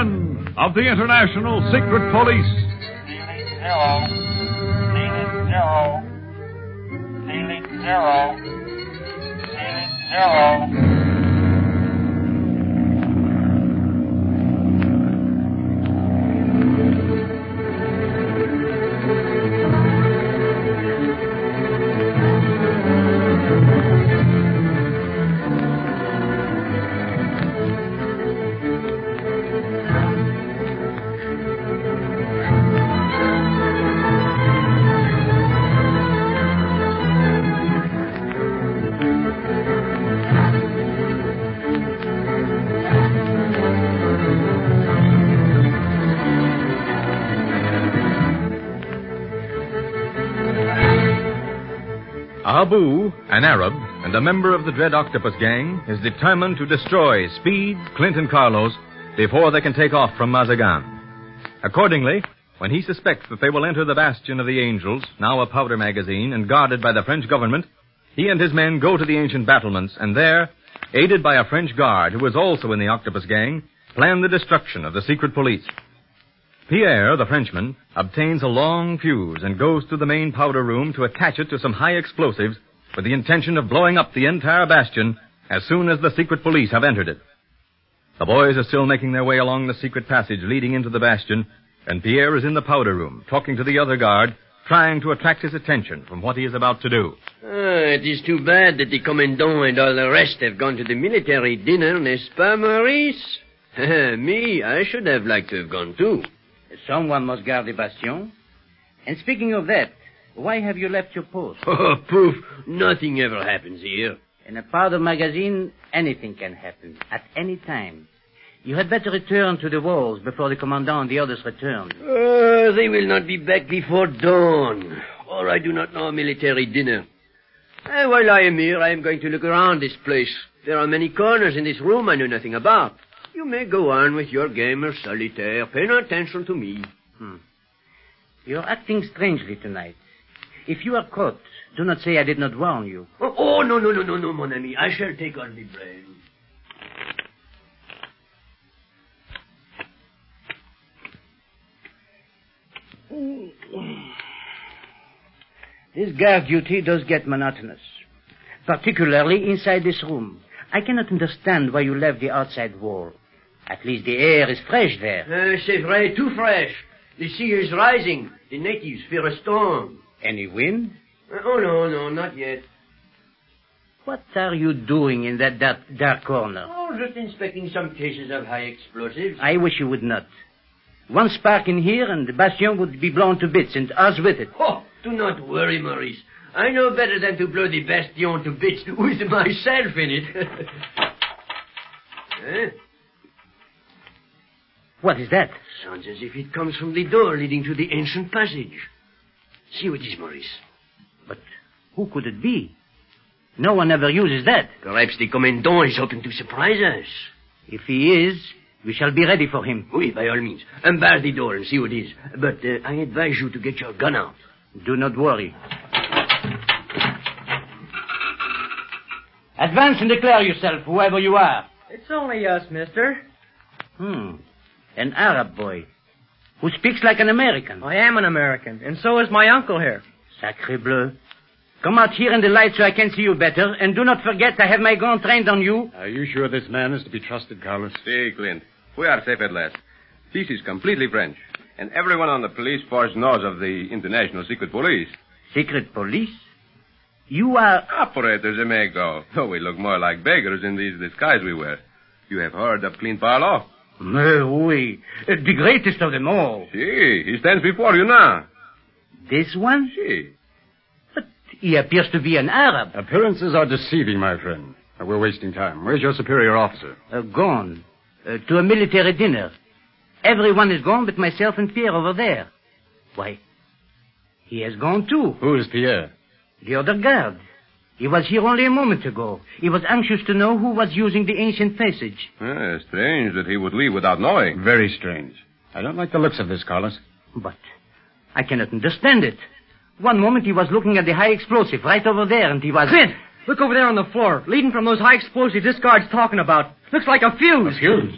of the International Secret Police. Ceiling zero. Ceiling zero. Ceiling zero. Ceiling zero. Abu, an Arab and a member of the Dread Octopus Gang, is determined to destroy Speed, Clint, and Carlos before they can take off from Mazagan. Accordingly, when he suspects that they will enter the Bastion of the Angels, now a powder magazine and guarded by the French government, he and his men go to the ancient battlements and there, aided by a French guard who is also in the Octopus Gang, plan the destruction of the secret police. Pierre, the Frenchman, obtains a long fuse and goes to the main powder room to attach it to some high explosives with the intention of blowing up the entire bastion as soon as the secret police have entered it. The boys are still making their way along the secret passage leading into the bastion, and Pierre is in the powder room talking to the other guard, trying to attract his attention from what he is about to do. Ah, it is too bad that the commandant and all the rest have gone to the military dinner, n'est-ce pas, Maurice? Me, I should have liked to have gone too. Someone must guard the bastion. And speaking of that, why have you left your post? Oh, poof, nothing ever happens here. In a powder magazine, anything can happen at any time. You had better return to the walls before the commandant and the others return. Uh, they will not be back before dawn, or I do not know a military dinner. Uh, while I am here, I am going to look around this place. There are many corners in this room I know nothing about. You may go on with your game of solitaire. Pay no attention to me. Hmm. You're acting strangely tonight. If you are caught, do not say I did not warn you. Oh, oh, no, no, no, no, no, mon ami. I shall take all the blame. This guard duty does get monotonous, particularly inside this room. I cannot understand why you left the outside wall. At least the air is fresh there. Uh, c'est vrai, too fresh. The sea is rising. The natives fear a storm. Any wind? Uh, oh, no, no, not yet. What are you doing in that dark, dark corner? Oh, just inspecting some cases of high explosives. I wish you would not. One spark in here and the bastion would be blown to bits and us with it. Oh, do not worry, Maurice. I know better than to blow the bastion to bits with myself in it. Eh? Huh? What is that? Sounds as if it comes from the door leading to the ancient passage. See what it is, Maurice. But who could it be? No one ever uses that. Perhaps the commandant is hoping to surprise us. If he is, we shall be ready for him. Oui, by all means. Unbar the door and see what it is. But uh, I advise you to get your gun out. Do not worry. Advance and declare yourself, whoever you are. It's only us, mister. Hmm. An Arab boy who speaks like an American. I am an American, and so is my uncle here. Sacre bleu. Come out here in the light so I can see you better, and do not forget I have my gun trained on you. Are you sure this man is to be trusted, Carlos? See, Clint, we are safe at last. This is completely French, and everyone on the police force knows of the International Secret Police. Secret police? You are. Operators, they may go, though we look more like beggars in these disguises we wear. You have heard of Clint Barlow? Mais oui, the greatest of them all. See, he stands before you now. This one? See, He appears to be an Arab. Appearances are deceiving, my friend. Uh, We're wasting time. Where's your superior officer? Uh, gone. Uh, to a military dinner. Everyone is gone but myself and Pierre over there. Why? He has gone too. Who is Pierre? The other guard. He was here only a moment ago. He was anxious to know who was using the ancient passage. eh, strange that he would leave without knowing. Very strange. I don't like the looks of this, Carlos. But I cannot understand it. One moment he was looking at the high explosive right over there and he was... Clint, look over there on the floor, leading from those high explosives this guard's talking about. Looks like a fuse. Excuse.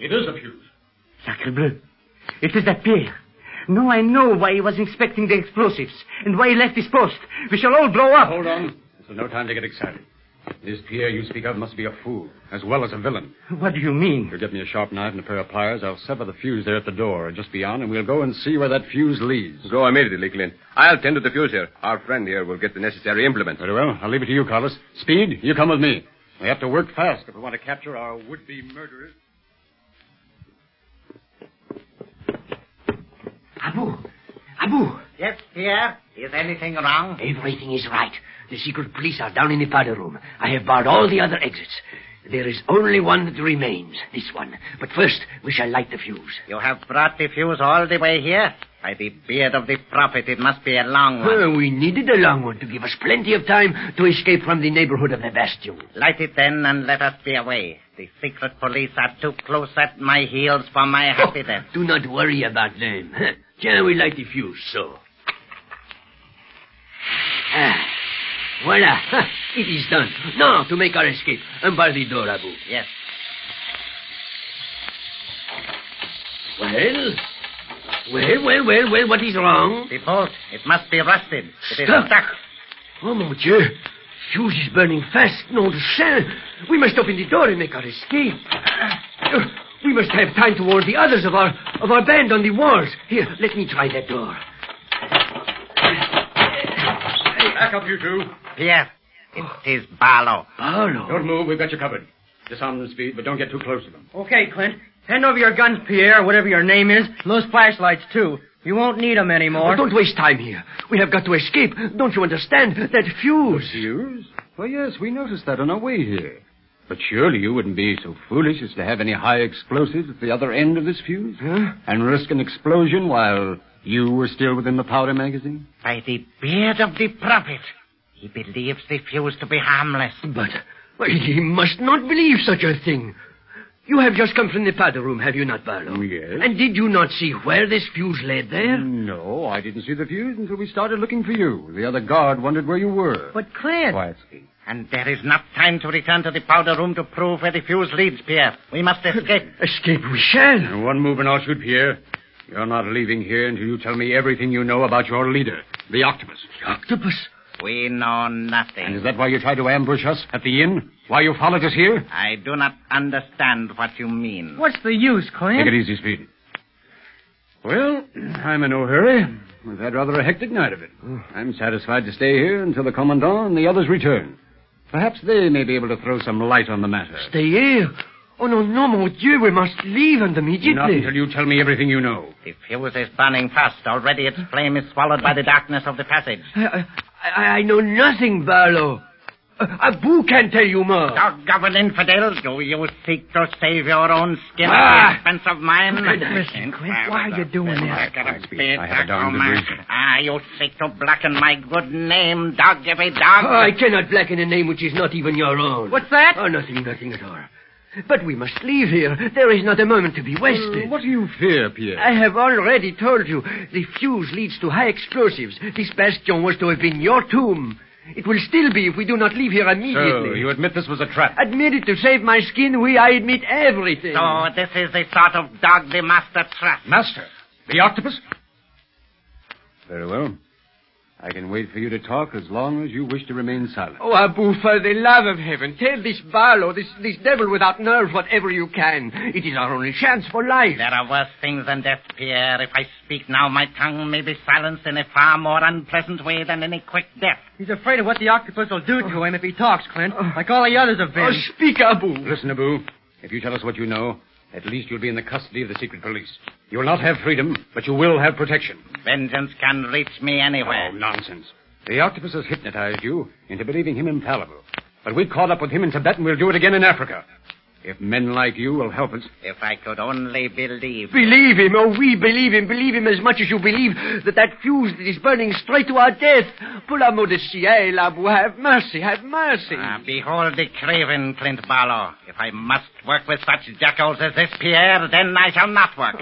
It is a fuse. Sacre bleu. It is that Pierre. Now I know why he was inspecting the explosives and why he left his post. We shall all blow up. Hold on. This is no time to get excited. This Pierre you speak of must be a fool, as well as a villain. What do you mean? If you get me a sharp knife and a pair of pliers, I'll sever the fuse there at the door, just beyond, and we'll go and see where that fuse leads. Go immediately, Clint. I'll tend to the fuse here. Our friend here will get the necessary implements. Very well. I'll leave it to you, Carlos. Speed, you come with me. We have to work fast if we want to capture our would-be murderers. Abu, Abu, Yes, Pierre? Is anything wrong? everything is right. The secret police are down in the powder room. I have barred all the other exits. There is only one that remains, this one. But first, we shall light the fuse. You have brought the fuse all the way here? By the beard of the prophet, it must be a long one. Well, we needed a long one to give us plenty of time to escape from the neighborhood of the bastion. Light it then and let us be away. The secret police are too close at my heels for my happiness. Do not worry about them. Shall we light the fuse, so? Ah, voila. It is done. Now, to make our escape, unbar the door, Abu. Yes. Well? Well, well, well, well, what is wrong? The bolt, it must be rusted. It is Stuck. stuck. Oh, mon Dieu. Fuse is burning fast. No, the cell. We must open the door and make our escape. Uh, We must have time to warn the others of our of our band on the walls. Here, let me try that door. Back up, you two. Pierre, it is Barlow. Paolo. Don't move. We've got you covered. Disarm them, Speed, but don't get too close to them. Okay, Clint. Hand over your guns, Pierre, or whatever your name is, and those flashlights, too. You won't need them anymore. Oh, don't waste time here. We have got to escape. Don't you understand? That fuse. Fuse? Well, yes, we noticed that on our way here. But surely you wouldn't be so foolish as to have any high explosives at the other end of this fuse? Huh? And risk an explosion while you were still within the powder magazine? By the beard of the prophet, he believes the fuse to be harmless. But well, he must not believe such a thing. You have just come from the powder room, have you not, Barlow? Yes. And did you not see where this fuse led there? No, I didn't see the fuse until we started looking for you. The other guard wondered where you were. But, Clint. Quiet, Speed. And there is not time to return to the powder room to prove where the fuse leads, Pierre. We must escape. Escape we shall. And one move and I'll shoot Pierre. You're not leaving here until you tell me everything you know about your leader, the octopus. Octopus. We know And is nothing. that why you tried to ambush us at the inn? Why you followed us here? I do not understand what you mean. What's the use, Clint? Take it easy, Speed. Well, I'm in no hurry. We've had rather a hectic night of it. I'm satisfied to stay here until the Commandant and the others return. Perhaps they may be able to throw some light on the matter. Stay here. Oh, no, no, mon Dieu, we must leave and immediately. Not until you tell me everything you know. The fuse is burning fast. Already its flame is swallowed by the darkness of the passage. I, I, I know nothing, Barlow. Uh, Abu can tell you more. Doggone infidel, do you seek to save your own skin Ah! at the expense of mine? Listen, Clint, why are you doing this? I had a darn good reason. Ah, you seek to blacken my good name, dog of a dog. Oh, I cannot blacken a name which is not even your own. What's that? Oh, nothing, nothing at all. But we must leave here. There is not a moment to be wasted. What do you fear, Pierre? I have already told you. The fuse leads to high explosives. This bastion was to have been your tomb. It will still be if we do not leave here So, immediately. you admit this was a trap? Admit it to save my skin, we I admit everything. Oh, So this is the sort of dog the master trusts. Master, the octopus? Very well. I can wait for you to talk as long as you wish to remain silent. Oh, Abu, for the love of heaven, tell this Barlow, this, this devil without nerve, whatever you can. It is our only chance for life. There are worse things than death, Pierre. If I speak now, my tongue may be silenced in a far more unpleasant way than any quick death. He's afraid of what the octopus will do to him if he talks, Clint, like all the others have been. Oh, speak, Abu. Listen, Abu. If you tell us what you know, at least you'll be in the custody of the secret police. You will not have freedom, but you will have protection. Vengeance can reach me anywhere. Oh, nonsense. The octopus has hypnotized you into believing him infallible. But we've caught up with him in Tibet and we'll do it again in Africa. If men like you will help us, If I could only believe. Believe him, oh, we believe him. Believe him as much as you believe that that fuse that is burning straight to our death. Pour l'amour de ciel, Abu, have mercy, have mercy. Ah, behold the craven, Clint Barlow. If I must work with such jackals as this, Pierre, then I shall not work.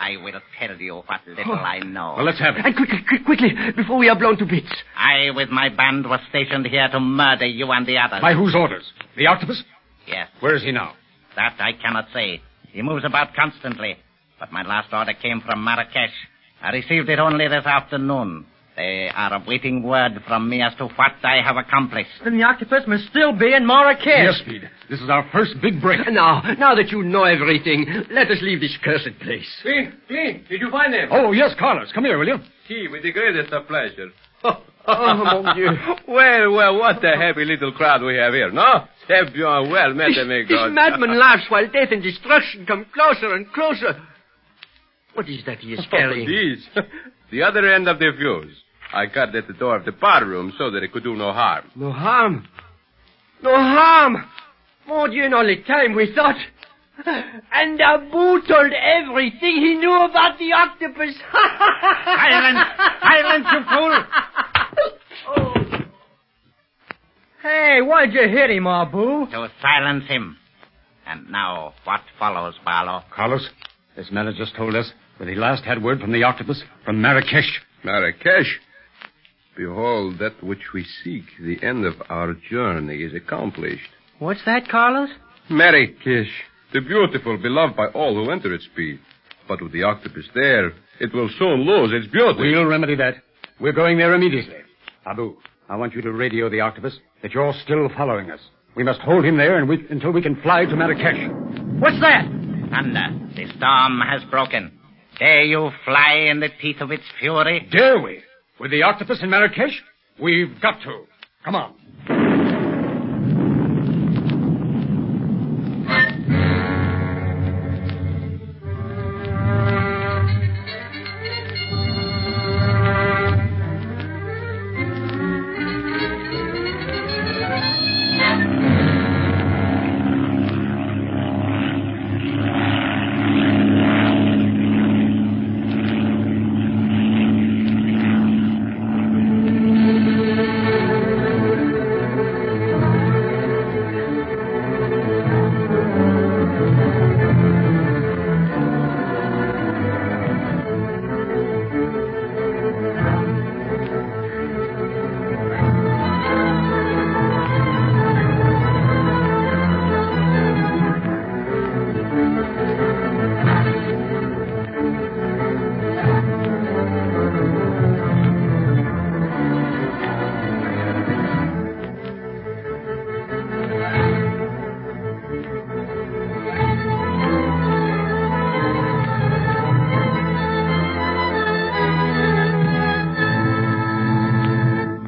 I will tell you what little I know. well, let's have it. and quickly, quick, quickly, before we are blown to bits. I, with my band, was stationed here to murder you and the others. By whose orders? The octopus? Yes, Where is he now? that I cannot say. He moves about constantly. But my last order came from Marrakesh. I received it only this afternoon. They are awaiting word from me as to what I have accomplished. Then the octopus must still be in Marrakesh. Yes, Speed. This is our first big break. Now, now that you know everything, let us leave this cursed place. Speed, Speed, did you find him? Oh, yes, Carlos. Come here, will you? Gee, with the greatest of pleasure. Oh, mon Dieu. well, well, what a happy little crowd we have here, no? C'est bien well, eh, Mette This, me this madman laughs while death and destruction come closer and closer. What is that he is carrying? Oh, geez. the other end of the fuse. I cut at the door of the bar room so that it could do no harm. No harm. No harm. Mon Dieu, in all the time we thought. And Abu told everything he knew about the octopus. Silence! Silence, you fool! Oh. Hey, why'd you hit him, Abu? To silence him. And now, what follows, Barlow? Carlos, this man has just told us that he last had word from the octopus from Marrakesh. Marrakesh. Behold, that which we seek, the end of our journey, is accomplished. What's that, Carlos? Marrakesh, the beautiful, beloved by all who enter its speed. But with the octopus there, it will soon lose its beauty. We'll remedy that. We're going there immediately. Abu, I want you to radio the octopus that you're still following us. We must hold him there and we, until we can fly to Marrakesh. What's that? Thunder, the storm has broken. Dare you fly in the teeth of its fury? Dare we? With the octopus in Marrakesh? We've got to. Come on.